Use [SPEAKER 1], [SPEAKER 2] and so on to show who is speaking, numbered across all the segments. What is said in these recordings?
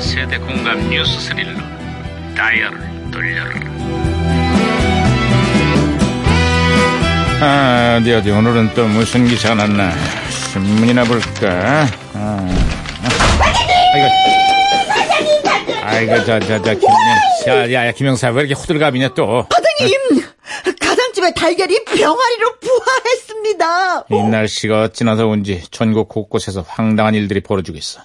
[SPEAKER 1] 세대 공감 뉴스 스릴러 다이얼을 돌려라
[SPEAKER 2] 아, 어디 어디 오늘은 또 무슨 기사가 났나 신문이나 볼까 아, 아이고 아이고 자자자 김영 야야 김영사 왜 이렇게 호들갑이냐 또
[SPEAKER 3] 사장님! 가장집의 달걀이 병아리로 부화했습니다.
[SPEAKER 2] 이 날씨가 어찌나 더운지 전국 곳곳에서 황당한 일들이 벌어지고 있어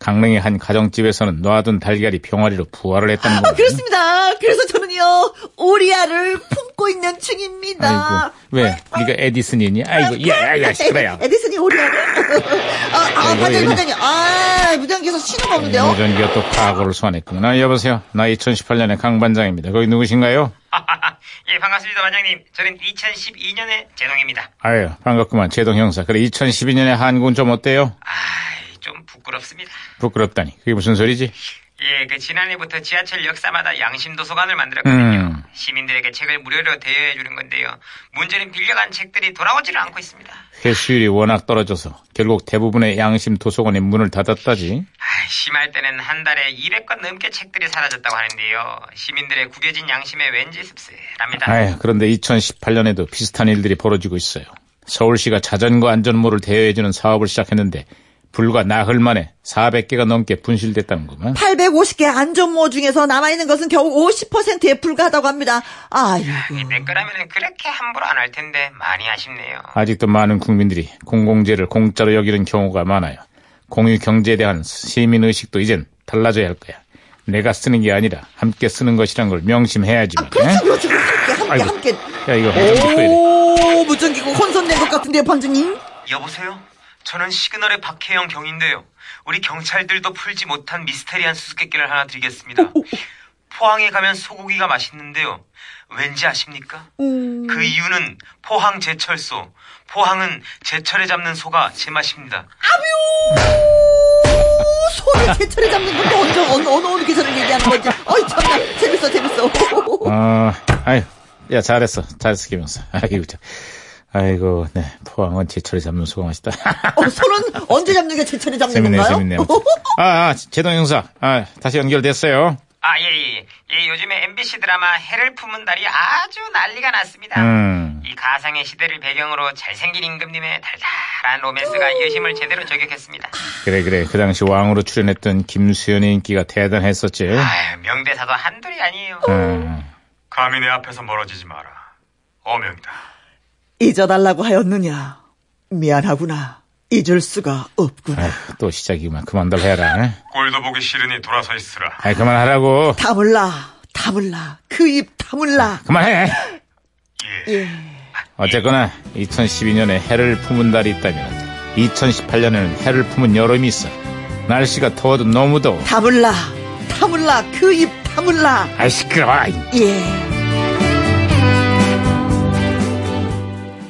[SPEAKER 2] 강릉의 한 가정집에서는 놔둔 달걀이 병아리로 부화를 했다는 거야
[SPEAKER 3] 아, 그렇습니다. 그래서 저는요, 오리알을 품고 있는 중입니다.
[SPEAKER 2] 아이고 왜 네가 에디슨이니 아이고 예, 야야야 시끄러야
[SPEAKER 3] 에디슨이 오리알을. 아, 아,
[SPEAKER 2] 이거
[SPEAKER 3] 반장님,
[SPEAKER 2] 왜냐?
[SPEAKER 3] 반장님. 아, 무전기에서
[SPEAKER 2] 예,
[SPEAKER 3] 신호가 오는데요.
[SPEAKER 2] 무전기가 또 과거를 소환했구나 아, 여보세요 나 2018년의 강반장입니다 거기 누구신가요?
[SPEAKER 4] 예, 반갑습니다, 반장님. 저는 2012년의 제동입니다.
[SPEAKER 2] 아유, 반갑구만, 제동 형사. 그래, 2012년에 한국은 좀 어때요?
[SPEAKER 4] 아이, 좀 부끄럽습니다.
[SPEAKER 2] 부끄럽다니. 그게 무슨 소리지?
[SPEAKER 4] 예, 그 지난해부터 지하철 역사마다 양심 도서관을 만들었거든요.
[SPEAKER 2] 음.
[SPEAKER 4] 시민들에게 책을 무료로 대여해 주는 건데요. 문제는 빌려간 책들이 돌아오지를 않고 있습니다.
[SPEAKER 2] 회수율이 워낙 떨어져서 결국 대부분의 양심 도서관의 문을 닫았다지.
[SPEAKER 4] 아, 심할 때는 한 달에 200건 넘게 책들이 사라졌다고 하는데요. 시민들의 구겨진 양심에 왠지 씁쓸합니다.
[SPEAKER 2] 아유, 그런데 2018년에도 비슷한 일들이 벌어지고 있어요. 서울시가 자전거 안전모를 대여해주는 사업을 시작했는데 불과 나흘 만에 400개가 넘게 분실됐다는구만.
[SPEAKER 3] 850개 안전모 중에서 남아있는 것은 겨우 50%에 불과하다고 합니다. 아이고. 예,
[SPEAKER 4] 예, 내 거라면 그렇게 함부로 안 할 텐데 많이 아쉽네요.
[SPEAKER 2] 아직도 많은 국민들이 공공재를 공짜로 여기는 경우가 많아요. 공유 경제에 대한 시민 의식도 이젠 달라져야 할 거야. 내가 쓰는 게 아니라 함께 쓰는 것이란 걸 명심해야지만.
[SPEAKER 3] 그렇죠,
[SPEAKER 2] 응?
[SPEAKER 3] 그렇죠. 함께,
[SPEAKER 2] 예? 아이고.
[SPEAKER 3] 함께.
[SPEAKER 2] 야 이거 좀 뜯어야 돼.
[SPEAKER 3] 오, 무전기가 혼선된 것 같은데요, 반장님.
[SPEAKER 4] 여보세요? 저는 시그널의 박혜영 경인데요. 우리 경찰들도 풀지 못한 미스테리한 수수께끼를 하나 드리겠습니다. 포항에 가면 소고기가 맛있는데요. 왠지 아십니까? 그 이유는 포항 제철소. 포항은 제철에 잡는 소가 제맛입니다.
[SPEAKER 3] 소를 제철에 잡는 건데 언제 어느 어느 어느 계절을 얘기하는 건지 어이 참나 재밌어 재밌어
[SPEAKER 2] 어, 아유, 야 잘했어, 잘했어 김영사. 아이고, 저, 아이고, 네 포항은 제철에 잡는 소가 맛있다.
[SPEAKER 3] 어, 소는 언제 잡는 게 제철에 잡는
[SPEAKER 2] 재밌네,
[SPEAKER 3] 건가요?
[SPEAKER 2] 재밌네. 아무튼. 아, 아, 제동 형사, 아 다시 연결됐어요.
[SPEAKER 4] 아, 예, 예, 예. 예, 요즘에 MBC 드라마 해를 품은 달이 아주 난리가 났습니다.
[SPEAKER 2] 음.
[SPEAKER 4] 이 가상의 시대를 배경으로 잘생긴 임금님의 달달한 로맨스가 여심을 제대로 저격했습니다.
[SPEAKER 2] 그래 그래, 그 당시 왕으로 출연했던 김수현의 인기가 대단했었지.
[SPEAKER 4] 아유, 명대사도 한둘이 아니에요.
[SPEAKER 2] 음.
[SPEAKER 4] 감히 내 앞에서 멀어지지 마라. 어명이다.
[SPEAKER 3] 잊어달라고 하였느냐 미안하구나 잊을 수가 없구나
[SPEAKER 2] 아휴, 또 시작이구만. 그만 더 해라. 에?
[SPEAKER 4] 꼴도 보기 싫으니 돌아서 있으라.
[SPEAKER 2] 아이, 그만하라고.
[SPEAKER 3] 다물라 다물라 그 입 다물라
[SPEAKER 2] 그만해.
[SPEAKER 4] 예.
[SPEAKER 2] 어쨌거나 2012년에 해를 품은 달이 있다면 2018년에는 해를 품은 여름이 있어. 날씨가 더워도 너무 더워.
[SPEAKER 3] 다물라 다물라 그 입 다물라
[SPEAKER 2] 아이, 시끄러워. 아이.
[SPEAKER 3] 예.